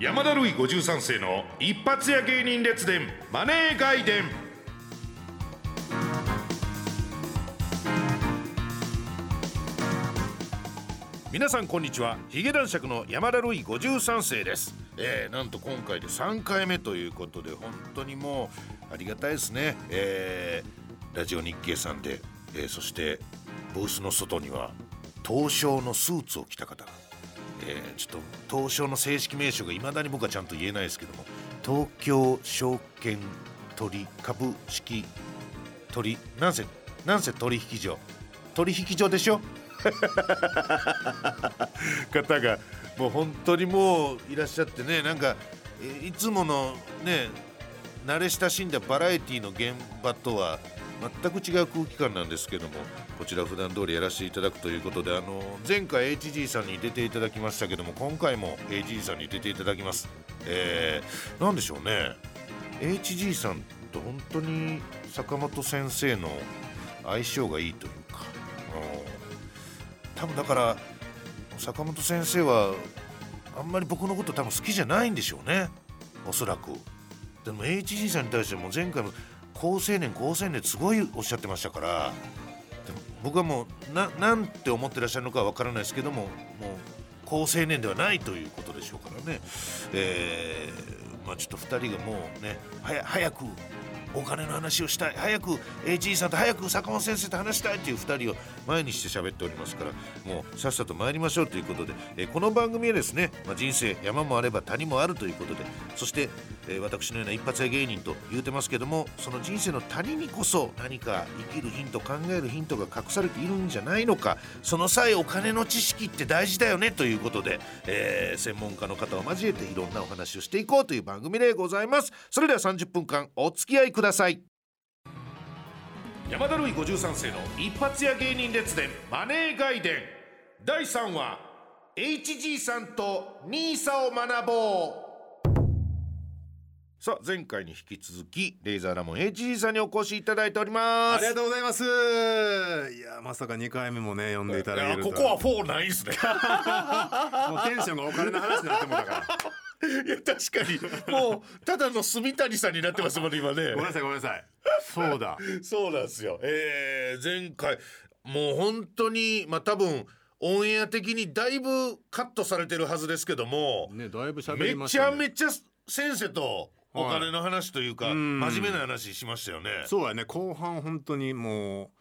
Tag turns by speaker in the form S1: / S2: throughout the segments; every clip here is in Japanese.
S1: 山田るい53世の一発屋芸人列伝マネー外伝皆さんこんにちはヒゲ男爵の山田るい53世ですえー、なんと今回で3回目ということで本当にもうありがたいですねえー、ラジオ日経さんで、えー、そしてブースの外には東証のスーツを着た方がえーちょっと東証の正式名称がいまだに僕はちゃんと言えないですけども東京証券取株式取なんせなんせ取引所取引所でしょ方がもう本当にもういらっしゃってねなんかえいつものね慣れ親しんだバラエティの現場とは全く違う空気感なんですけどもこちら普段通りやらせていただくということであの前回 HG さんに出ていただきましたけども今回も HG さんに出ていただきますえー、なんでしょうね HG さんと本当に坂本先生の相性がいいというかうん多分だから坂本先生はあんまり僕のこと多分好きじゃないんでしょうねおそらくでも HG さんに対しても前回の高青年高青年すごいおっしゃってましたからでも僕はもうななんて思ってらっしゃるのかは分からないですけどももう高青年ではないということでしょうからねえーまあちょっと2人がもうねはや早くお金の話をしたい早く HE さんと早く坂本先生と話したいという2人を前にして喋っておりますからもうさっさと参りましょうということで、えーこの番組はですね、まあ、人生山もあれば谷もあるということでそして、えー私のような一発屋芸人と言うてますけどもその人生の谷にこそ何か生きるヒント考えるヒントが隠されているんじゃないのかその際お金の知識って大事だよねということで、えー専門家の方を交えていろんなお話をしていこうという番組でございますそれでは30分間お付き合いください山田るい53世の一発屋芸人列伝マネー外伝第3話 HG さんと NISA を学ぼうさあ前回に引き続きレイザーラモン HG さんにお越しいただいております
S2: ありがとうございます。いや、まさか2回目もね、呼んでいただけるとは。
S1: フォーないですね
S2: もうテンションがお金の話になってもだから。
S1: いや確かにもうただの住谷さんになってますもんね今ね
S2: ごめんなさい、ごめんなさい。そうだ。
S1: そうなんですよえー、前回もう本当にまあ多分オンエア的にだいぶカットされてるはずですけども、
S2: ね、だいぶ喋り
S1: め
S2: まし
S1: ち
S2: た、
S1: ゃ
S2: ね。
S1: めちゃ先生とお金の話というか、
S2: はいうん
S1: 真面目な話しましたよね
S2: そうやね、後半本当にも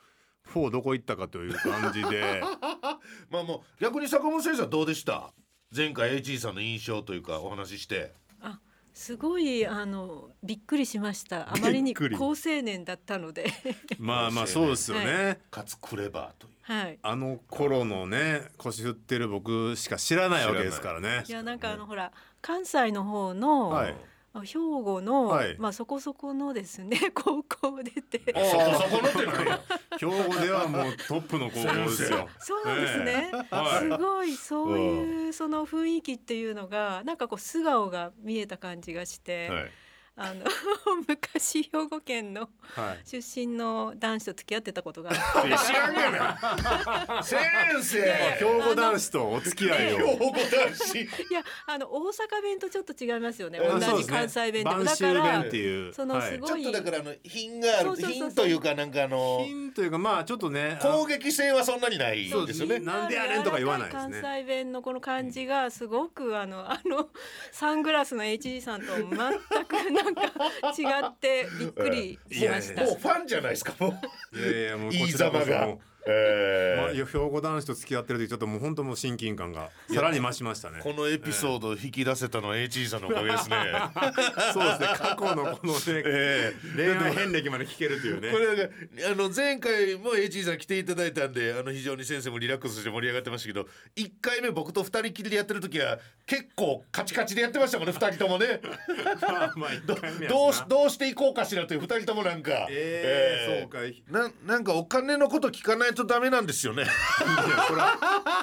S2: う、フォーどこ行ったかという感じ で。
S1: まあもう逆に坂本先生はどうでした前回 HG さんの印象というかお話しして
S3: あすごいあのびっくりしましたあまり
S2: びっ
S3: に
S2: くり
S3: 高青年だったので
S2: まあまあ、そうですよね。
S1: かつクレバーという
S3: はい
S2: あの頃のね、腰振ってる僕しか知らないわけですからね
S3: い。やなんかあのほら関西の方の、
S2: はい
S3: あ兵庫の、
S2: はい
S3: まあそこそこのですね 高校出て
S1: あそこそこのってなん や
S2: 兵庫ではもうトップの高校ですよ。
S3: そうなんですね、
S2: はい
S3: すごいそういうその雰囲気っていうのがなんかこう素顔が見えた感じがして、
S2: はい。
S3: あの 昔兵庫県の
S2: はい。
S3: 出身の男子と付き合ってたことがあって
S1: 知らんがな 先生
S2: 兵庫男子とお付き合いを。
S1: 兵庫男子
S3: いやあの大阪弁とちょっと違いますよね。
S1: あ
S3: 同
S1: そうで
S3: じ
S1: す
S2: ね
S3: 関西弁でも、
S2: 播
S3: だ
S2: 州
S3: から
S2: 弁っていう
S3: そのすごい
S1: ちょっとだからあの品があ
S3: そ
S1: る
S3: うそうそうそう
S1: 品というかなんかあの
S2: 品というかまあちょっとね
S1: 攻撃性はそんなにない
S2: そう
S1: ですよね
S2: ねなんでやねんとか言わないですね
S3: 柔らか関西弁のこの感じがすごくあのあのサングラスの HG さんと全くなんか違ってびっくりしまし
S2: いや
S3: た。
S1: もうファンじゃないですかもう
S2: いやいやもうこ
S1: 飯
S2: ちら
S1: ざ
S2: こ
S1: ま
S2: そ
S1: が
S2: もう、まあ、
S1: え
S2: い
S1: ー
S2: や兵庫男子と付き合ってる時ちょっともう本当もう親近感がさらに増しましたね
S1: このエピソードを引き出せたのは HG さんのおかげですね
S2: そうですね過去のこのね、
S1: え
S2: 恋愛遍歴まで聞けるというね
S1: これなんかあの前回も HG さん来ていただいたんであの非常に先生もリラックスして盛り上がってましたけど1回目僕と2人きりでやってる時は結構カチカチでやってましたもんね2人とも ね
S2: まあまあ一回目やしな
S1: どうし どうしていこうかしらという2人ともなんか
S2: えー、そう
S1: か
S2: かい
S1: ななんかお金のこと聞かないとダメなんです よね
S2: やそら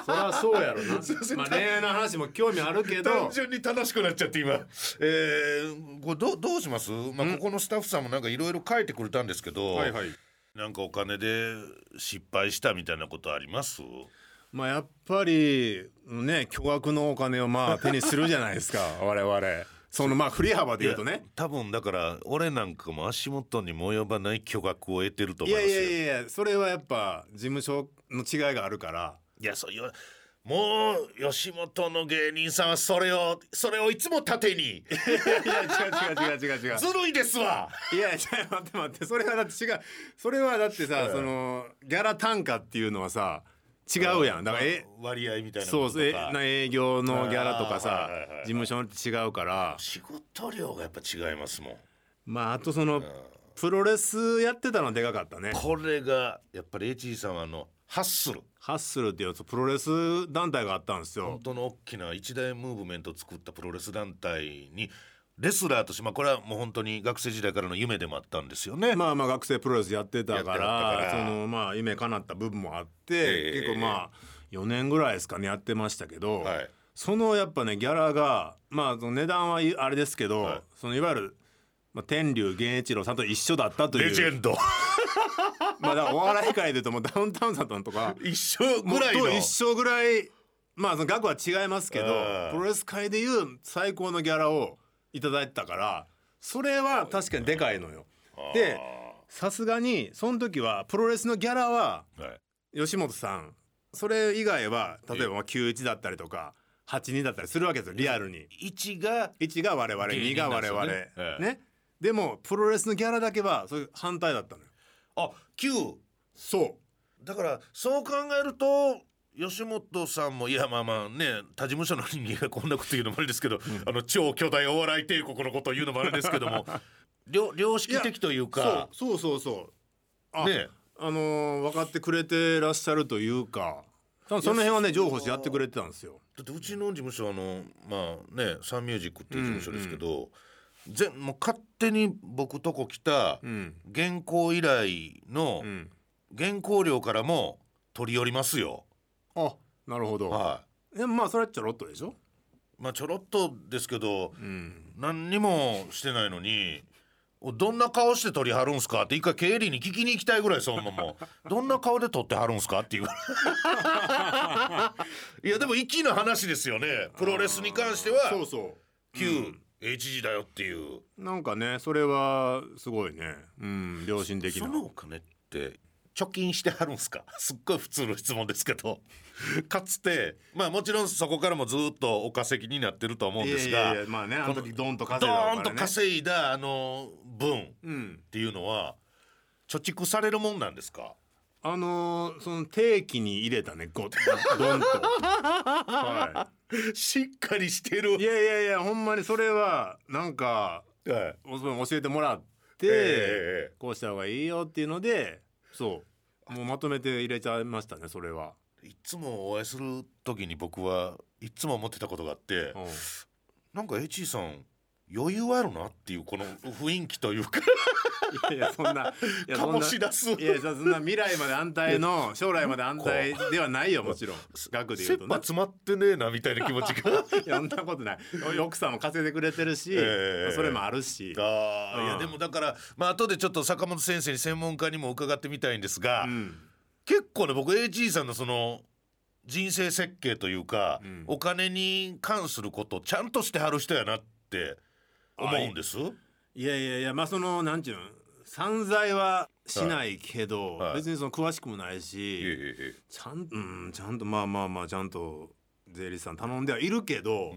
S2: そらそうやろ な
S1: すいません
S2: まあ、恋愛の話も興味あるけ
S1: 単
S2: ど
S1: 純に正しくなっちゃって今えー、これどうどうします、まあ、ここのスタッフさんもなんかいろいろ書いてくれたんですけど、
S2: はいはい
S1: なんかお金で失敗したみたいなことあります
S2: まあやっぱりね巨額のお金をまあ手にするじゃないですか 我々そのまあ振り幅で言うとね
S1: 多分だから俺なんかも足元にも及ばない巨額を得てると
S2: い
S1: 思いま
S2: や
S1: す
S2: い
S1: よ
S2: やいやいやそれはやっぱ事務所の違いがあるから
S1: いやそうよもう吉本の芸人さんはそれをそれをいつも盾に
S2: いや違う違う違う違う違う
S1: ずるいですわ
S2: いやいや待って待ってそれはだって違うそれはだってさ、
S1: うん
S2: そのギャラ単価っていうのはさ違うやんだからえ
S1: 割合みたいな
S2: そうそうえな営業のギャラとか
S1: あ
S2: さ
S1: ーはいはいはい
S2: 事務所によって違うから
S1: 仕事量がやっぱ違いますもん
S2: まああとそのプロレスやってたのはでかかったね
S1: これがやっぱり HG さんはあのハッスル
S2: ハッスルっていうプロレス団体があったんですよ
S1: 本当の大きな一大ムーブメントを作ったプロレス団体にレスラーとして、まあ、これはもう本当に学生時代からの夢でもあったんですよね。
S2: まあまあ学生プロレスやってたから
S1: やってたから
S2: そのまあ夢叶った部分もあって、
S1: え
S2: 結構まあ4年ぐらいですかねやってましたけど、
S1: はい
S2: そのやっぱねギャラがまあその値段はいあれですけど、
S1: はい
S2: い、そのいわゆる、まあ、天竜源一郎さんと一緒だったという
S1: レジェンド
S2: まあだからお笑い界で言うともうダウンタウンさんとか
S1: 一緒ぐらい
S2: もう
S1: の
S2: と一緒ぐらいまあその額は違いますけど
S1: うん
S2: プロレス界でいう最高のギャラをいただいてたからそれは確かにでかいのよ。でさすがにその時はプロレスのギャラは
S1: はい
S2: 吉本さんそれ以外は例えばまあ91だったりとか82だったりするわけですよリアルに。
S1: 一が
S2: 1が我々
S1: 芸人
S2: 2が
S1: なんで
S2: 我
S1: すよ
S2: 々
S1: ね
S2: ね
S1: ええ
S2: でもプロレスのギャラだけはそういう反対だったのよ
S1: あ九
S2: そ
S1: だからそう考えると吉本さんもいやまあまあね他事務所の人間がこんなこと言うのもあれですけど、あの超巨大お笑い帝国のことを言うのもあれですけど も良良識的という
S2: うそう
S1: か
S2: そうそうそうあ、
S1: ね
S2: あのー分かってくれてらっしゃるというか多分その辺はね情報誌やってくれてたんですよ
S1: だってうちの事務所はあのまあねサンミュージックっていう事務所ですけど、全もう勝手に僕とこ来た
S2: うん
S1: 原稿依頼の
S2: うん
S1: 原稿料からも取り寄りますよ。
S2: あなるほど、
S1: は
S2: でもまあそれはちょろっとでしょ
S1: い、まあちょろっとですけど
S2: うん
S1: 何にもしてないのに「おどんな顔して取りはるんすか?」って一回経理に聞きに行きたいぐらいそんなもうどんな顔で取ってはるんすか?」 っていういやでも粋な話ですよねプロレスに関して
S2: そ
S1: は
S2: うそ
S1: 旧 HG だよっていう、
S2: うなんかねそれはすごいねうん良心的
S1: そ
S2: な
S1: のお金って貯金してはるんすかすっごい普通の質問ですけど かつてまあもちろんそこからもずっとお稼ぎになってるとは思うん
S2: い
S1: で
S2: や
S1: す
S2: い
S1: が
S2: やいやまあねあの時ドンと稼い
S1: ド
S2: だ
S1: ー
S2: お
S1: ンと
S2: 金ね
S1: 稼いだあの分
S2: うん
S1: っていうのは貯蓄されるもんなんですか。
S2: あのーその定期に入れたねご ドンと、は
S1: しっかりしてる。
S2: い、いやいやいやほんまにそれはなんか
S1: はい
S2: おそう教えてもらって、
S1: ええ
S2: こうした方がいいよっていうのでそうもうまとめて入れちゃいましたねそれは、
S1: いつもお会いする時に僕はいつも思ってたことがあって、
S2: うん
S1: なんか HE さん余裕あるなっていうこの雰囲気というか
S2: いやいやそんないやそん
S1: 醸
S2: な
S1: し出す
S2: いやそんな未来まで安泰の将来まで安泰ではないよもちろん額で言
S1: 切
S2: うと
S1: 羽
S2: ね
S1: 詰まってねえなみ たいな気持ちが
S2: い やそんなことない奥さんも稼いでくれてるし、
S1: ええ
S2: それもあるし、
S1: あー
S2: うん
S1: いやでもだからまあ後でちょっと坂本先生に専門家にも伺ってみたいんですが、
S2: うん
S1: 結構ね僕 HE さんのその人生設計というか、
S2: うん
S1: お金に関することをちゃんとしてはる人やなって思うんです。
S2: いやいやいやまあそのなんちゅうん散財はしないけど、
S1: はいはい
S2: 別にその詳しくもないし、
S1: ええ
S2: ちゃんうんちゃんとまあまあまあちゃんと税理士さん頼んではいるけど、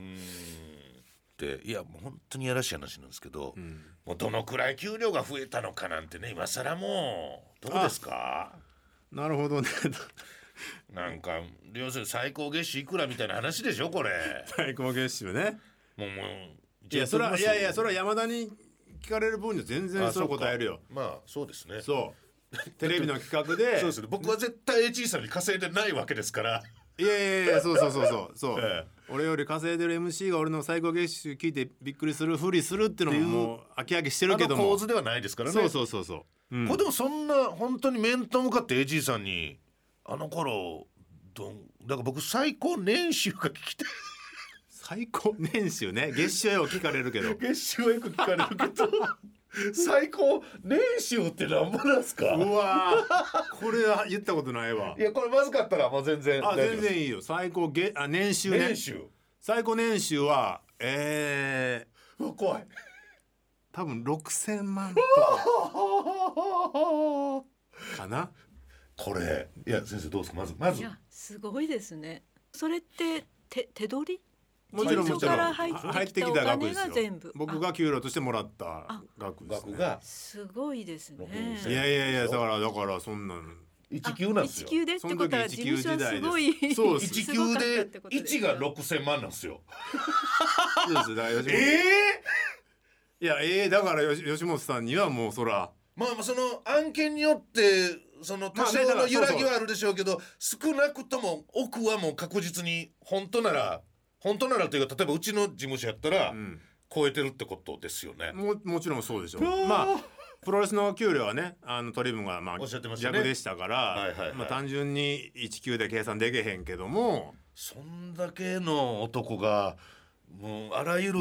S1: でいやもう本当にやらしい話なんですけど、
S2: うん
S1: もうどのくらい給料が増えたのかなんてね今更もうどうですか
S2: なるほどね
S1: なんか要するに最高月収いくらみたいな話でしょこれ
S2: 最高月収ね
S1: もうもう
S2: いやそれはいやいやそ
S1: は
S2: れは山田に聞かれる分には全然それ答えるよ
S1: まあそうですね
S2: そうテレビの企画で
S1: そうですね僕は絶対 HE さんに稼いでないわけですから
S2: いやいやいやそうそうそうそうそう、
S1: え
S2: 俺より稼いでる MC が俺の最高月収聞いてびっくりするふりするっていうのももう飽き飽きしてるけ
S1: あ
S2: ど
S1: の
S2: も
S1: 構図ではないですからね
S2: そうそうそうそう、うん
S1: これでもそんな本当に面と向かって AG さんにあの頃どんだから僕最高年収が聞きたい
S2: 最高年収ね月収はよう聞かれるけど
S1: 月収はよく聞かれるけど最高練習ってなんぼなんすか
S2: うわーこれは言ったことないわ
S1: いやこれまずかったらもう全然
S2: あ
S1: 大丈夫で
S2: 全
S1: す
S2: 然いいよ最高げあ年収ね
S1: 練習
S2: 最高年収はえー、
S1: うわ怖い
S2: 多分6,000万とかかな
S1: これいや先生どうですかまずま
S3: い
S1: ず
S3: やすごいですねそれって手手取り
S2: もちろん
S1: 最初
S2: もちろ
S1: か
S2: ん
S1: ら
S3: 入ってきたお金が全部
S2: 僕が給料としてもらった
S3: あ
S2: 額ですね
S1: 額が
S3: すごいですね
S1: 6000
S2: いやいやいやだからだからそんなの
S1: 一級なんです
S3: あ
S1: よ
S3: 一級でってことは
S2: その
S3: 事
S2: 時一級時
S3: 務所
S2: 代です
S3: はすごい
S2: そうです
S1: 一
S3: す
S1: 級
S3: ごかったっ
S1: で
S3: てことです
S1: 一
S3: よ
S1: が六千万なんですよ
S2: そうですだから吉本
S1: え
S2: いやええだからよし吉本さんにはもうそら
S1: まあまあその案件によってその多少の揺らぎはあるでしょうけど少なくとも奥はもう確実に本当なら本当ならというか例えばうちの事務所やったら
S2: うん
S1: 超えてるってことですよね。
S2: ももちろんそうでしょ
S1: うわー
S2: まあプロレスの給料はねあの取り分がまあ
S1: おっしゃってましたね
S2: 逆でしたから
S1: いはいはい
S2: まあ単純に1級で計算できへんけども
S1: そんだけの男がもうあらゆる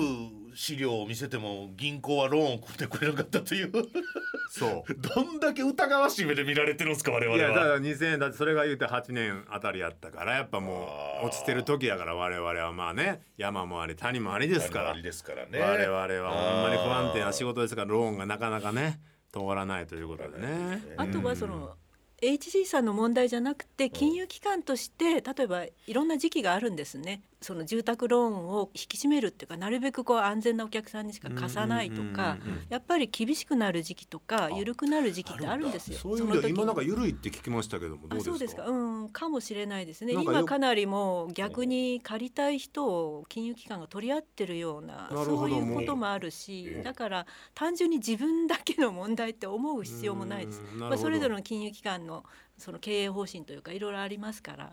S1: 資料を見せても銀行はローンを組んでくれなかったという
S2: そ
S1: どんだけ疑わしい目で見られてるんですか我
S2: う
S1: 々
S2: いやだか
S1: は。
S2: ら2,000円だってそれが言うて8年あたりやったからやっぱも
S1: あー
S2: う落ちてる時やから我々はまあね山もあり谷もありですから
S1: あれですからね
S2: 我々はほんまに不安定な仕
S1: 事
S2: 事ですからローンがなかなかね通らないということでね。
S3: あとはその HC さんの問題じゃなくて金融機関として例えばいろんな時期があるんですねその住宅ローンを引き締めるっていうかなるべくこう安全なお客さんにしか貸さないとか
S2: うんうんうんうん
S3: やっぱり厳しくなる時期とか緩くなる時期ってあるんですよ。
S2: そういう意味では
S3: の時に
S2: 今なんか緩いって聞きましたけどもどう
S3: あ
S2: です
S3: そ
S2: か
S3: うですかうんかもしれないですね
S2: なんかよ
S3: 今かなりもう逆に借りたい人を金融機関が取り合ってるような
S2: なるほど
S3: そうい
S2: も
S3: う
S2: う
S3: こともあるし、だから単純に自分だけの問題って思う必要もないです
S2: うーんなるほど
S3: まあ、それぞれの金融機関のその経営方針というかいろいろあります から。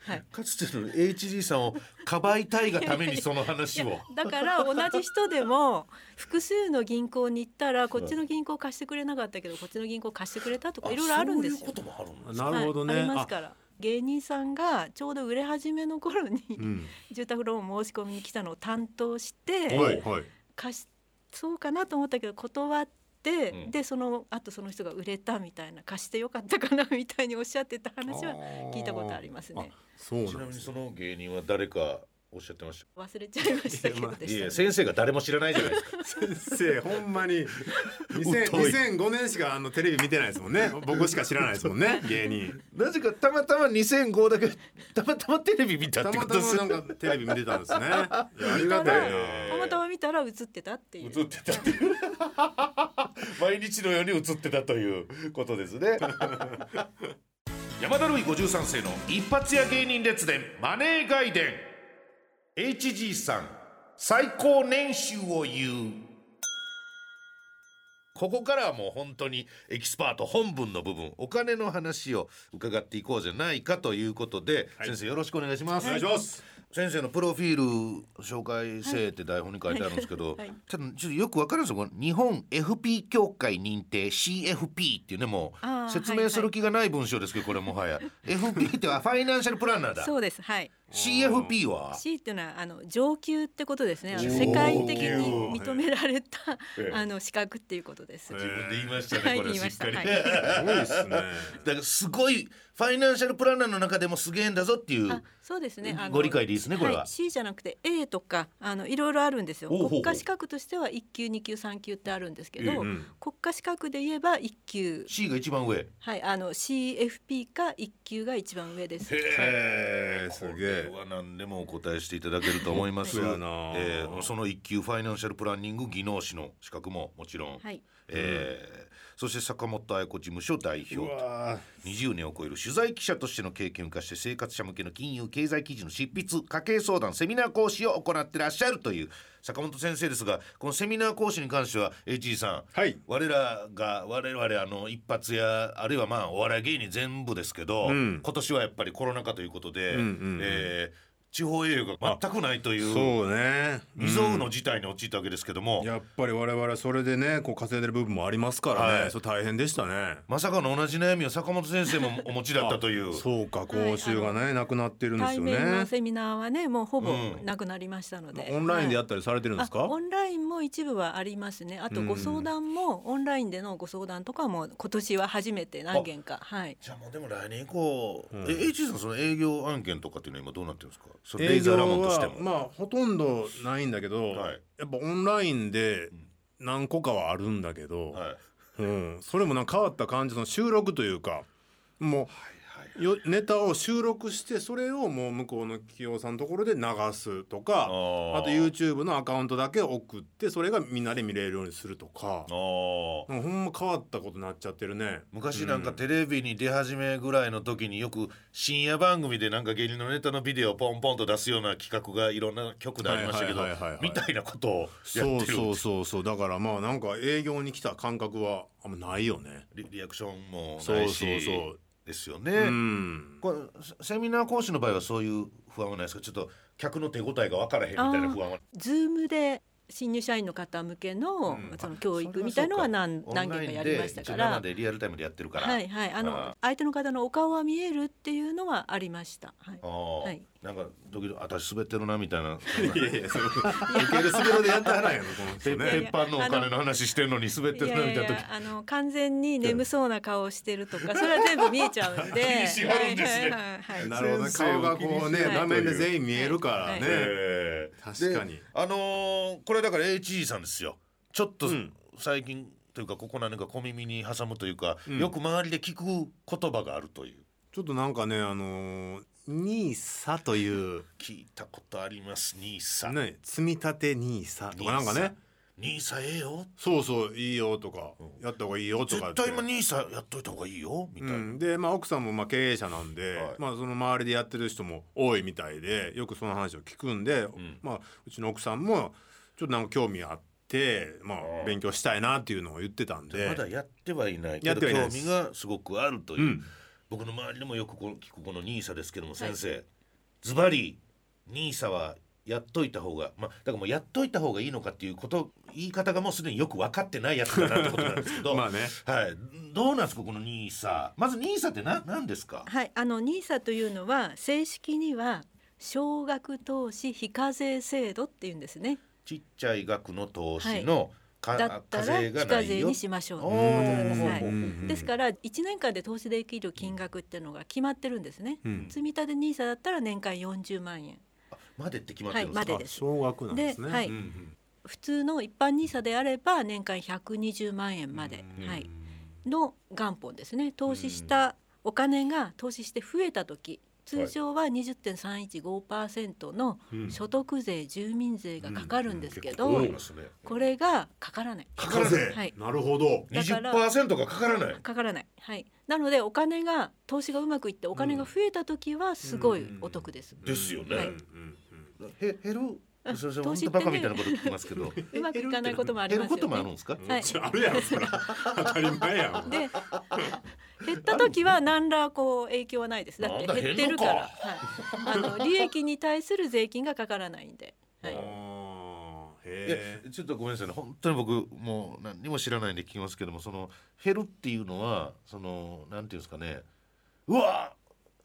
S3: はい
S1: かつての HG さんをかばいたいがためにその話を
S3: だから同じ人でも複数の銀行に行ったらこっちの銀行貸してくれなかったけどこっちの銀行貸してくれたとかいろいろあるんです
S1: そういう
S3: よ
S1: こ。ともあるんです
S2: なるほどね、
S3: はいありますから芸人さんがちょうど売れ始めの頃に、
S2: あうん
S3: 住宅ローン申し込みに来たのを担当し
S1: お
S3: て
S2: はいはい
S3: 貸しそうかなと思ったけど断って、
S1: うん
S3: でそのあとその人が売れたみたいな貸してよかったかなみたいにおっしゃってた話は聞いたことありますね
S2: あそう
S1: ち
S2: な
S1: なんみ
S2: で
S1: に
S2: す
S1: そ
S2: ね
S1: の芸人は誰かおっしゃってまし
S3: 忘れちゃいましたけど
S1: た
S3: で
S1: いやいや
S3: したね
S1: 先生が誰も知らないじゃないです か
S2: 先生ほんま に
S1: 疎い
S2: 2000 2005年しかあのテレビ見てないですもんね 僕しか知らないですもんね芸人
S1: なぜかたまたま2005だけたまたまテレビ見た
S2: た
S1: って
S2: ま
S1: こ
S2: た
S1: とで
S2: ますなんかテレビ見てたんですねいや ありが
S3: た
S2: たいな
S1: えー
S3: たまたま見たら映ってたっていう
S1: 映ってたっていう 毎日のように映ってたということですね 山田るい53世の一発屋芸人列伝マネー外伝 HG さん最高年収を言うここからはもう本当にエキスパート本文の部分お金の話を伺っていこうじゃないかということで、先生よろしくお願いします。
S2: お願いします
S1: 先生のプロフィール紹介せえって台本に書いてあるんですけど、
S3: はい
S1: ちょっとちょっとよくわからんですよこの日本 FP 協会認定 CFP っていうねも
S3: あ
S1: う
S3: ー
S1: 説明する気がない文章ですけどこれ もはや FP ってはファイナンシャルプランナーだ
S3: そうですはい
S1: CFP は
S3: C っていうのはあの上級ってことですねあの
S1: 上級
S3: 世界的に認められた
S1: ええ
S3: あの資格っていうことです、
S1: 自分で言いました
S3: は
S1: ね
S3: い
S1: これ
S3: 言い
S1: し
S3: ま
S1: っ
S3: した
S1: かり、
S3: はい
S2: すごいですね
S1: だからすごいファイナンシャルプランナーの中でもすげえんだぞっていう
S3: あそうですね。あの
S1: ご理解でいいですねこれは
S3: はい、C じゃなくて A とかあのいろいろあるんですよ。
S1: おうほうほう
S3: 国家資格としては1級2級3級ってあるん ですけど、
S1: ええうん
S3: 国家資格で言えば1級
S1: C が一番上
S3: はいあの CFP か1級が一番上です。
S1: へ
S2: えすげえ
S1: これは何でもお答えしていただけると思います
S2: 本当やな
S1: えーその一級ファイナンシャルプランニング技能士の資格ももちろん、
S3: はい。
S1: えーそして坂本彩子事務所代
S2: う
S1: 表
S2: わ
S1: 20年を超える取材記者としての経験を生かして生活者向けの金融経済記事の執筆家計相談セミナー講師を行ってらっしゃるという坂本先生ですがこのセミナー講師に関しては HG さん、
S2: はい
S1: 我らが我々あの一発やあるいはまあお笑い芸人全部ですけど、
S2: うん
S1: 今年はやっぱりコロナ禍ということで、
S2: うんうんうん
S1: えー地方営業が全くないという
S2: そうね
S1: 未曾有の事態に陥ったわけですけども、
S2: やっぱり我々それでねこう稼いでる部分もありますからね、
S1: はい
S2: それ大変でしたね
S1: まさかの同じ悩みを坂本先生もお持ちだったとい う
S2: そうか講習がね、なくなってるんです
S3: 対
S2: よ
S3: 面の
S2: ね
S3: セミナーはねもうほぼ
S1: うん
S3: なくなりましたので、
S2: オンラインでや
S3: っ
S2: ったりされてるんですか、
S3: オンラインも一部はありますねあとご相談も、オンラインでのご相談とかも今年は初めて何件かはい
S1: じゃあもうでも来年以降、
S2: ん
S1: え H さんその営業案件とかっていうのは今どうなってるんですかそれレ
S2: 営
S1: イザ
S2: 業
S1: ーラモンとして
S2: は
S1: も、
S2: まあほとんどないんだけど、
S1: はい
S2: やっぱオンラインで何個かはあるんだけど、
S1: はい、はい
S2: うん、それもなんか変わった感じの収録というかもうよネタを収録してそれをもう向こうの企業さんのところで流すとか
S1: あ
S2: あ
S1: ー
S2: と YouTube のアカウントだけ送ってそれがみんなで見れるようにするとか
S1: あー
S2: なんかほんま変わったことになっちゃってるね。
S1: 昔なんかテレビに出始めぐらいの時によく深夜番組でなんか芸人のネタのビデオをポンポンと出すような企画がいろんな局でありましたけど
S2: はいはいはいはい
S1: みたいなことをやっ
S2: そう
S1: てる
S2: そうそうそうだからまあなんか営業に来た感覚はあんまないよね。
S1: リリアクションも
S2: そ
S1: な
S2: う
S1: い
S2: そう
S1: し
S2: そう。
S1: ですよ
S2: う
S1: ね。
S2: ん。
S1: これセセミナー講師の場合はそういう不安はないですかちょっと客の手応えが分からへんみたいな不安は
S3: ズームで新入社員の方向けの、
S2: うん
S3: その教育みたいのは何
S1: オンライ
S3: 何
S1: ン
S3: 件か
S1: で
S3: やりましたから
S1: 17でリアルタイムでやってるから、
S3: はいはいあの
S1: あー
S3: 相手の方のお顔は見えるっていうのはありました、はい
S1: あ、あ、
S3: はい
S1: なんか時々私滑ってるなみたいな
S2: いやいや、そう。受けるスピードでやってはらんやろ、この
S1: 鉄
S2: 人
S1: 板鉄
S2: ね。
S1: 板のお金の話してんのに滑ってるなみたいな時
S3: あの完全に眠そうな顔をしてる とかそれは全部見えちゃうんで
S1: 気にしはるんですね
S3: はいはいはいはい
S2: なるほどね、顔がこうね、
S3: はい
S2: 画面で全員見えるから
S3: はい
S2: ね。
S1: ええ
S2: 確かに
S1: であのーこれだから HG さんですよちょっと
S2: うん
S1: 最近というかここ何年か小耳に挟むというか、
S2: うん
S1: よく周りで聞く言葉があるという
S2: ちょっとなんかね、あのー、ニーサという。
S1: 聞いたことあります兄さん、
S2: ね、積み立てニーサとか、なんかね。
S1: 兄さんええよ
S2: そうそう、いいよとか、やった方がいいよとか
S1: 絶
S2: って。
S1: 対今兄さんやっといた方がいいよみたいな、
S2: うん、で、まあ、奥さんもまあ経営者なんで、
S1: はい
S2: まあ、その周りでやってる人も多いみたいでよくその話を聞くんで、うんまあ、うちの奥さんもちょっとなんか興味あって、まあ
S1: あ、ー
S2: 勉強したいなっていうのを言ってたんで
S1: まだやってはいないけ
S2: や
S1: ど
S2: ってはいない
S1: 興
S2: で
S1: 味
S2: す
S1: がすごくあるという、
S2: うん
S1: 僕の周りでもよくこの聞くこのニーサですけども先生、ズバリニーサはやっといた方がまあだからもうやっといた方がいいのかっていうこと言い方がもうすでによく分かってないやつだなってことなんです けど
S2: まあね
S1: はい、どうなんですかこのニーサまずニーサってな何ですか
S3: はい、あの NISA というのは正式には少額投資非課税制度っていうんですね。
S1: ちっちゃい額の投資の、か
S3: だっ
S1: 課
S3: たら
S1: 税
S3: 非
S1: が
S3: 課
S1: ない
S3: 税
S1: よ
S3: にしましょうと
S1: お
S3: いう
S1: ー
S3: ことなんです。は
S1: ほうほうほう
S3: い。
S2: ん
S3: ですから1年間で投資できる金額っていうのが決まってるんですね。
S2: うん
S3: 積み立て NISA だったら年間40万円。
S1: までって決まってるんです
S3: はい
S1: か、
S3: までです
S2: 小学なんですね。
S3: ではい
S2: うんうん
S3: 普通の一般 NISA であれば年間120万円まで、はい、の元本ですね。投資したお金が投資して増えた時、通常は20.315%の
S2: うん
S3: 所得税住民税がかかるんですけど、
S1: 結構多いですね
S3: これがかからない
S1: かからない、
S3: はい
S2: なるほど。
S3: だから
S1: 20%がかからない
S3: かからないはいなのでお金が投資がうまくいってお金が増えた時はすごいお得です、
S1: ですよね、
S3: はい
S1: へ減る
S3: あ
S1: それ
S3: 投
S1: 本
S3: 資
S1: 当
S3: ってね
S1: バカみたいなこと聞きますけ ど
S3: うまくいかないこともあり
S1: 減
S3: ま
S1: る
S3: す
S1: こと
S3: よね
S1: もあるんですか、
S3: は
S2: あ
S3: い
S2: るやろ、そら。当たり前やん。
S3: で減った時は何らこう影響はないですだって
S1: なんだ
S3: 減ってるからはい、あの利益に対する税金がかからないんで、はい、
S2: あー
S1: いや
S2: へ
S1: ちょっとごめんなさいね本当に僕もう何にも知らないんで聞きますけどもその減るっていうのはそのなんていうんですかねうわ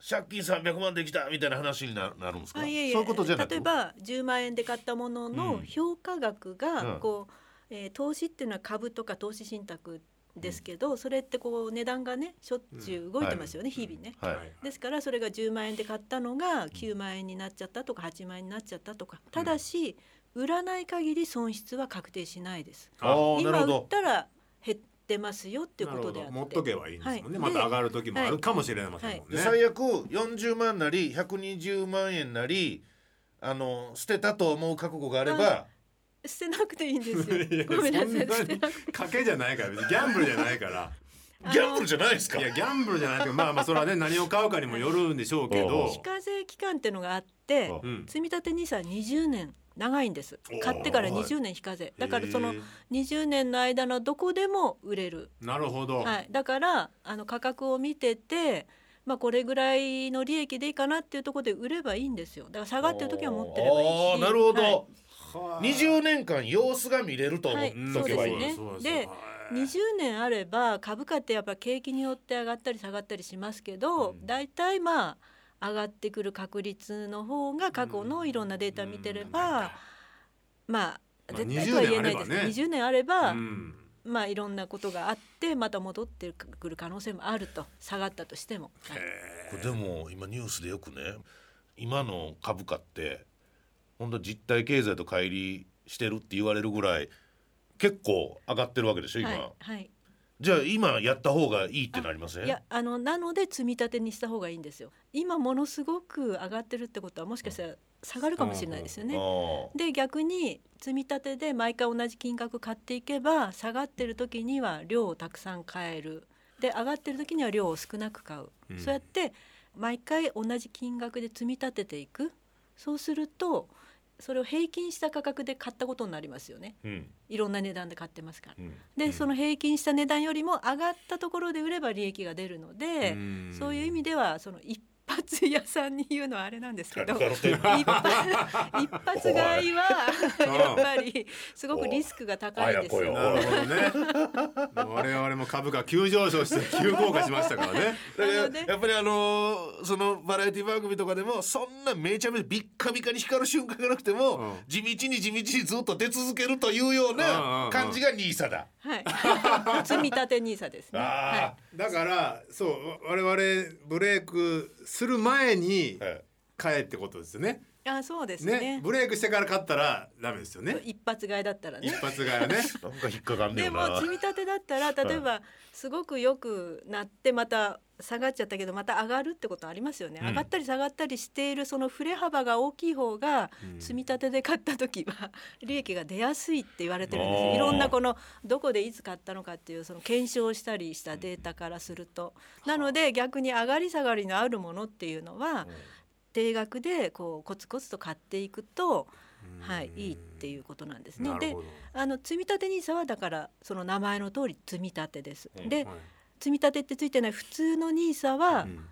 S1: 借金300万できたみたいな話にななるんですか
S3: あいえいえ
S1: そういうことじゃなく
S3: 例えば10万円で買ったもの
S1: う
S3: の
S1: ん
S3: 評価額
S1: うん
S3: がこう、えー投資っていうのは株とか投資信託ですけど、それってこう値段がねしょっちゅう動いてますよね、日々ね。
S2: え。
S1: はい、
S3: ですからそれが10万円で買ったのが9万円になっちゃったとか8万円になっちゃったとかただし売らない限り損失は確定しないです。
S1: ああなるほ
S3: 今売っ
S1: ど
S3: たら減ってますよっていうことで
S2: な
S3: あ
S2: る
S3: っ
S2: ほど
S3: て
S2: 持っとけばいいんですもんね。
S3: は
S2: ま
S3: い
S2: た上がる時もあるかもしれませんもん
S1: で
S2: ね。
S1: 最悪40万なり120万円なりあの捨てたと思う覚悟があれば
S3: 捨てなくていいんです よ
S2: いや
S3: ごめんなさい
S2: そ
S3: 捨
S2: んな
S3: て
S2: に
S3: なくて
S2: 賭けじゃないから別にギャンブルじゃない から
S3: あの
S1: ギャンブルじゃないですか
S2: いやギャンブルじゃないけどまあまあそれはね何を買うかにもよるんでしょうけど
S3: 非課税期間っていうのがあって
S1: あ
S2: うん
S3: 積立 NISA は20年長いんです
S2: おー
S3: 買ってから20年非課税だからその
S2: へー
S3: 20年の間のどこでも売れる、
S2: なるほど
S3: はい、だからあの価格を見ててまあ、これぐらいの利益でいいかなっていうところで売ればいいんですよだから下がってる時は持ってればいい
S1: あ
S3: し
S1: ーなるほど、
S3: はい
S1: 20年間様子が見れると思っ
S3: はい
S1: とけばいい、
S3: そうですねで20年あれば株価ってやっぱ景気によって上がったり下がったりしますけど、だいたいまあ上がってくる確率の方が過去のいろんなデータ見てれば、まあ
S2: まあ
S3: 絶対とは言えないですけど
S2: 20
S3: 20年あれば、
S2: うん
S3: まあいろんなことがあってまた戻ってくる可能性もあると下がったとしても、はい
S1: これでも今ニュースでよくね今の株価って本当実体経済と乖離してるって言われるぐらい結構上がってるわけでしょ今、
S3: はいはい、
S1: じゃあ今やった方がいいってなりません
S3: いやあのなので積み立てにした方がいいんですよ今ものすごく上がってるってことはもしかしたら下がるかもしれないですよね
S1: あ。ー
S3: で逆に積み立てで毎回同じ金額買っていけば下がってる時には量をたくさん買えるで上がってる時には量を少なく買う、
S2: うん
S3: そうやって毎回同じ金額で積み立てていくそうするとそれを平均した価格で買ったことになりますよね
S1: うん
S3: いろんな値段で買ってますから。
S1: うん
S3: でその平均した値段よりも上がったところで売れば利益が出るので、
S2: ん
S3: そういう意味ではその一発屋さんに言うのはあれなんですけど
S1: だから手
S3: 一発一発買いはやっぱりすごくリスクが高いです
S1: おいあやこ
S3: よ。
S2: なるほどね我々も株価急上昇して急降下しましたからね
S1: だから
S3: あのね
S1: やっぱりあのーそのバラエティ番組とかでもそんなめちゃめちゃビッカビカに光る瞬間がなくても、
S2: うん
S1: 地道に地道にずっと出続けるというよう
S2: うんうんう
S1: なん感じがニーサだ。
S3: はい、積み立てニーサですね。
S1: あ
S3: は
S2: だからそう我々ブレイクする前に
S1: ー はい
S2: 買えってことですよね
S3: い、あ、そうです
S2: ね
S3: ね。
S2: ブレイクしてから買ったらダメですよね
S3: 一発買いだったら
S2: 一
S3: ね。
S2: 発買いはね
S1: なんか引っかかんねえ
S3: で
S1: な。
S3: も積み立てだったら例えばすごく良くなってまた下がっちゃったけどまた上がるってことありますよね、
S1: うん
S3: 上がったり下がったりしているその振れ幅が大きい方が
S2: うん
S3: 積み立てで買った時は利益が出やすいって言われてるんです
S1: あ
S3: よ
S1: ー
S3: いろんなこのどこでいつ買ったのかっていうその検証したりしたデータからするとなので逆に上がり下がりのあるものっていうのは定額でこうコツコツと買っていくとはいいいっていうことなんですね。
S2: な
S3: で
S2: るほど
S3: あの積立 NISA はだからその名前の通り積み立てです。
S1: うん
S3: で
S2: はい
S3: 積み立てってついてない普通の NISA は
S2: うん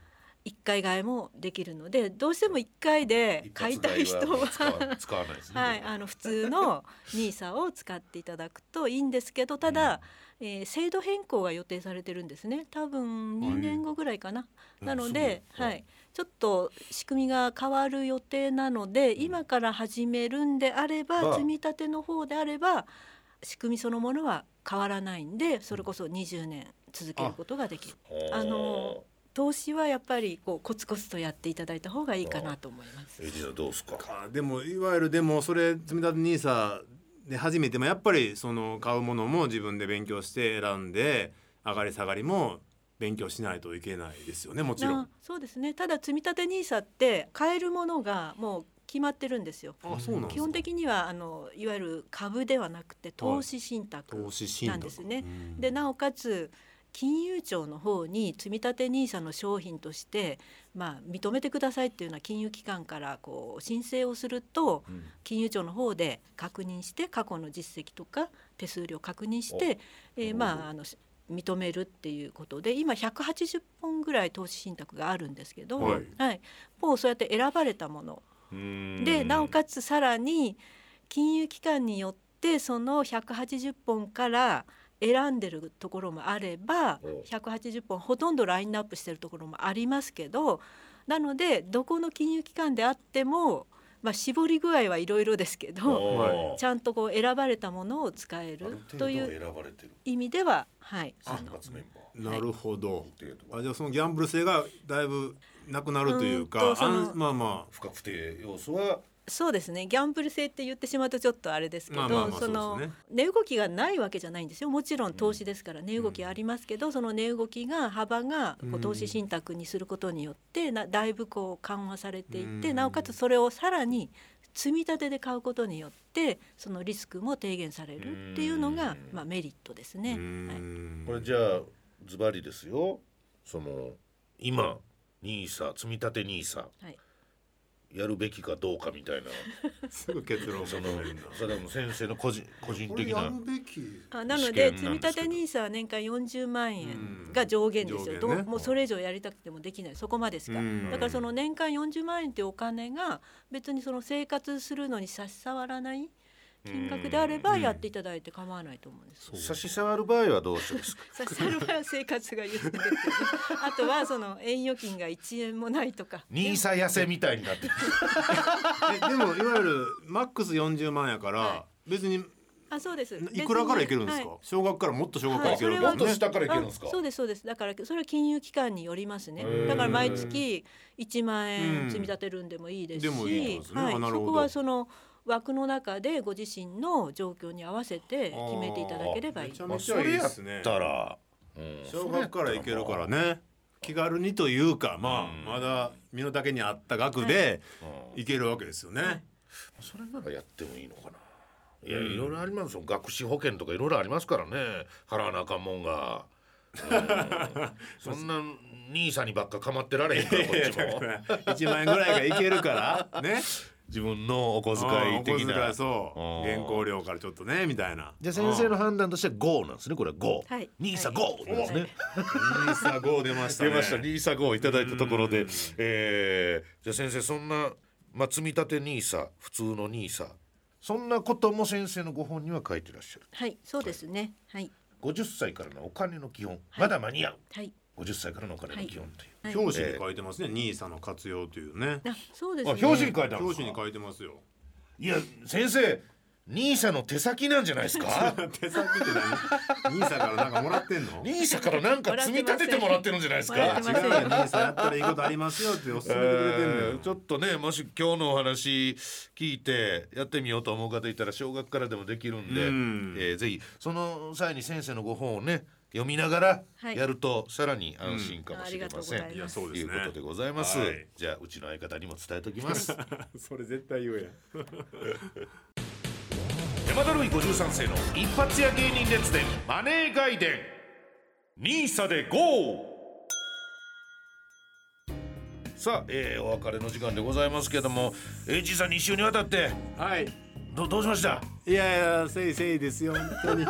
S3: 1回買いもできるのでどうしても1回で
S1: 一
S3: 買い
S1: 発
S3: た
S1: 買
S3: い
S1: い
S3: 人
S1: は
S3: は。
S1: 使わ使わないですね。
S3: はい、あの普通の NISA を使っていただくといいんですけどただ、えー制度変更が予定されてるんですね多分
S2: はい
S3: 2年後ぐらいかな、
S2: うん
S3: なので、
S1: そう
S3: はい、ちょっと仕組みが変わる予定なので、今から始めるんであれば、
S1: まあ
S3: 積み立ての方であれば仕組みそのものは変わらないんでそれこそ20年続けることができる。
S1: おー
S3: あの投資はやっぱりこうコツコツとやっていただいた方がいいかなと思います。
S1: エイジナどうですか。
S2: かでもいわゆるでもそれ積み立て NISA で初めてもやっぱりその買うものも自分で勉強して選んで上がり下がりも勉強しないといけないですよねもちろん
S3: あ。そうですねただ積立 NISA って買えるものがもう決まってるんですよ。
S2: あそうなんですか
S3: 基本的にはあのいわゆる株ではなくて投資信託
S2: 投資信
S3: な
S2: 託
S3: んですね。
S2: うん
S3: でなおかつ金融庁の方に積立 NISA の商品として、まあ、認めてくださいっていうのは金融機関からこう申請をすると金融庁の方で確認して過去の実績とか手数料確認して、えーまああのし認めるっていうことで今180本ぐらい投資信託があるんですけど、
S2: はい
S3: もうそうやって選ばれたものでなおかつさらに金融機関によってその180本から選んでるところもあれば
S1: お
S3: 180本ほとんどラインナップしてるところもありますけどなのでどこの金融機関であっても、まあ、絞り具合はいろいろですけど
S1: おー
S3: ちゃんとこう選ばれたものを使え
S1: あ
S3: る
S1: る程
S3: と
S1: 度
S3: い
S1: は
S3: う
S1: 選ばれてる。
S3: 意味では、はい、あ
S1: 選
S3: の
S1: 抜メンバ
S2: なるほど、
S1: ー。程度は
S2: あじゃあそのギャンブル性がだいぶなくなるというか
S3: うんとその
S2: あんまあま
S1: 不確定要素は
S3: そうですねギャンブル性って言ってしまうとちょっとあれですけど、
S2: まあまあまあ
S3: そ
S2: そう
S3: の
S2: ですね
S3: 値動きがないわけじゃないんですよもちろん投資ですから値動きありますけど、その値動きが幅がこ
S2: う
S3: うん投資信託にすることによってなだいぶこう緩和されていって、
S2: うん
S3: なおかつそれをさらに積み立てで買うことによってそのリスクも低減されるっていうのが、まあ、メリットです
S2: あ、
S3: ね
S2: う。
S3: はい
S2: ん
S1: これじゃあズバリですよその今ニーサ積み立てニーサ
S3: はい
S1: やるべきかどうかみたいな
S2: すぐ結論を
S1: そ
S2: 求
S1: の
S2: めるんだ
S1: それはもう先生の個人個人
S4: これ
S1: 的
S4: や
S1: な
S4: るべき
S3: あなの
S1: 試
S3: で
S1: 験
S3: 積
S1: なんですけど
S3: 立 NISA は年間40万円が上限ですよ、
S2: うん上限ね
S3: どうもうそれ以上やりたくてもできないそこまでしか、
S2: うん
S3: だからその年間40万円っていうお金が別にその生活するのに差し障らない金額であればやっていただいて構わないと思うんですよ。
S1: 差し障る場合はどうしてですか
S3: 差し障る場合は生活が優先で すよねあとはその円預金が1円もないとか
S1: ニーサ痩せみたいになってる
S2: えでもいわゆるマックス40万やから、
S3: は
S2: 別に
S3: あそうです
S2: いくらからいけるんです
S3: 別に
S2: か、
S3: はい
S2: 小学からもっと小学からいける
S3: はい
S2: わ
S1: も
S2: け
S1: っ
S3: そ
S1: と
S2: ね
S1: 下からいけるんですか
S3: あそうですそうですだからそれは金融機関によりますね
S1: へー
S3: だから毎月1
S2: う
S3: 万
S2: ん
S3: 円積み立てるんでもいいですし、
S2: でもいいってことですね
S3: はい、
S2: あなる
S3: そ
S2: ほど
S3: こはその枠の中でご自身の状況に合わせて決めていただければい
S2: め
S3: い
S2: ちゃめちゃいいですね
S1: たら、うん
S2: 小学からいけるからね気軽にというかまあ、
S1: うん
S2: まだ身の丈に合った額で
S1: うん
S2: いけるわけですよね、
S1: それならやってもいいのかないやいろいろありますよ学資保険とかいろいろありますからね払わなあかんもんが、 うんそんな兄さんにばっか構ってられへん からこっちも
S2: 1万円ぐらいがいけるからね
S1: 自分のお小
S2: うん
S1: 遣
S2: お
S1: い
S2: 小
S1: 的
S2: 遣
S1: ない
S2: そう
S1: うん
S2: 原稿料からちょっとねみたいな
S1: じゃあ先生の判断としては GO なんですねこれは GO、
S3: はい
S1: ニーサ GO ですね、
S2: ニーサ5出ましたね
S1: 出ましたニーサ GO をいただいたところで、えーじゃあ先生そんな、まあ、積み立てニーサ普通のニーサそんなことも先生のご本には書いてらっしゃる
S3: はいそうですねはい
S1: 50歳からのお金の基本、まだ間に合う
S3: はい
S1: 50歳からのお金の基本という、
S3: はい
S2: 表紙に書いてますねニーサの活用というね
S3: あそうですね
S1: あ表紙に書いてあるんで
S2: 表
S1: すか
S2: 紙に書いてますよ
S1: いや先生ニーサの手先なんじゃないです か
S2: 手先って何 ニーサからなんかもらってん の
S1: ニーサからなんか積み立ててもらってるんじゃないです
S3: もら
S1: か
S3: ってませ
S2: 違う
S3: ん
S2: よニーサやったらいいことありますよっておすすめてくれてんの
S1: えー
S2: よ
S1: ちょっとねもし今日のお話聞いてやってみようと思う方いたら小学からでもできるんで、
S2: うん
S1: えーぜひその際に先生のご本をね読みなが
S3: は
S1: ら
S3: い
S1: やるとさらに安心かもしれません、
S3: うんありがとう
S1: と
S2: いやそう
S3: ございます
S2: で
S1: い
S2: す
S1: う
S2: ね
S1: ことでございます、
S2: はい
S1: じゃあうちの相方にも伝えときます
S2: それ絶対言うやん
S1: 山田るい53世の一発屋芸人列伝マネー外伝ニーサで GO! さあ、えーお別れの時間でございますけれども H さん2週にわたって
S2: はい
S1: どどうしました
S2: いやいやせいせいですよ本当に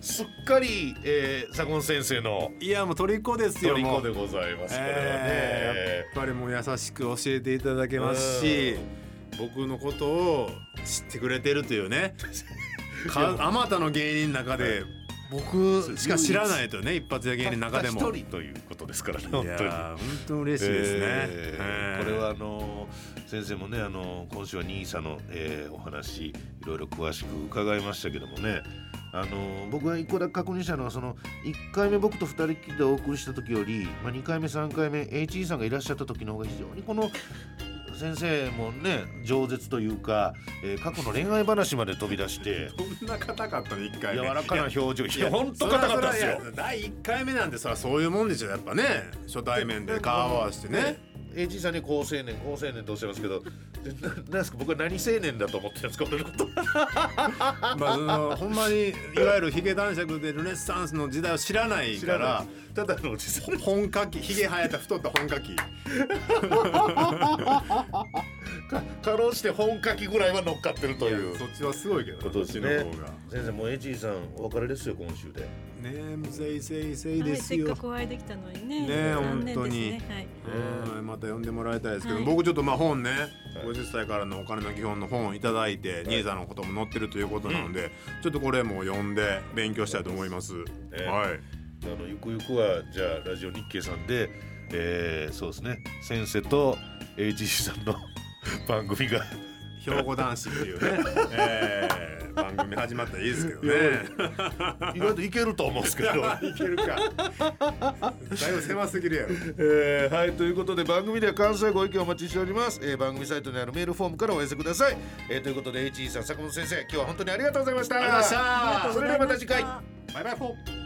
S1: すっかり、えー、左近先生の
S2: いやもう虜ですよも
S1: 虜
S2: う
S1: でございます、
S2: えーやっぱりもう優しく教えていただけますし僕のことを知ってくれてるとい うねあまたの芸人の中で僕しか知らないとね一発屋芸人の
S1: これはね
S2: 中でも
S1: たった一人ということですからね本
S2: いや
S1: 当に。
S2: ー本当嬉しいですね、
S1: えー
S2: えー
S1: これはあのー先生もねあのー今週は兄さんの、えーお話いろいろ詳しく伺いましたけどもねあのー僕が一個だけ確認したのはその1回目僕と2人きりでお送りした時より、まあ、2回目3回目 HE さんがいらっしゃった時の方が非常にこの先生もね饒舌というか、えー過去の恋愛話まで飛び出して。
S2: こんな硬かったの一回
S1: 柔
S2: 目
S1: らかな表情い
S2: い
S1: や本当硬かったですよ
S2: そりゃそりゃいや第一回目なんてさそういうもんでしょやっぱね初対面で顔合わせてね
S1: AG さんに高青年高青年とおっしゃいますけどでななんですか僕は何青年だと思ってるんですか俺のこと
S2: まあそのほんまにいわゆるヒゲ男爵でルネッサンスの時代を知らな い
S1: 知
S2: からら
S1: ないただのおじさん
S2: 本家期ヒゲ生えた太った本家期
S1: かかろうして本書きぐらいは乗っかってるという
S2: そっちはすごいけど
S1: 今
S2: こっ
S1: 年
S2: ち
S1: ね
S2: の方が
S1: 先生もう AG さんお別れですよ今週で
S2: ねえもうせいせいせい
S3: は
S2: で
S3: い、せ
S2: す
S3: っ
S2: よ、
S3: かくお会いできたのにね
S2: ねえ
S3: 残
S2: 本
S3: 念
S2: 当
S3: です
S2: に
S3: ねはい
S2: うんまた呼んでもらいたいですけど、
S3: はい
S2: 僕ちょっとまあ本ね、50歳からのお金の基本の本をいただいて、兄さんのことも載ってるということなので、ちょっとこれも読んで勉強したいと思います、
S1: ね
S2: はい
S1: あのゆくゆくはじゃあラジオ日経さんで、えーそうですね先生と AG さんの 番組 が
S2: 兵庫男子っていう ね、えー番組始まったらいいですけどね
S1: 意外といけると思うんですけど
S2: いけるかだいぶ狭すぎるやろ
S1: えーはいということで番組では感想やご意見をお待ちしております、えー番組サイトにあるメールフォームからお寄せください、えーということで HE さん坂本先生今日は本当にありがとうございました
S2: ありがとうございました
S3: ありがとうござい
S1: それではまた次回
S3: した
S1: バイバイフォー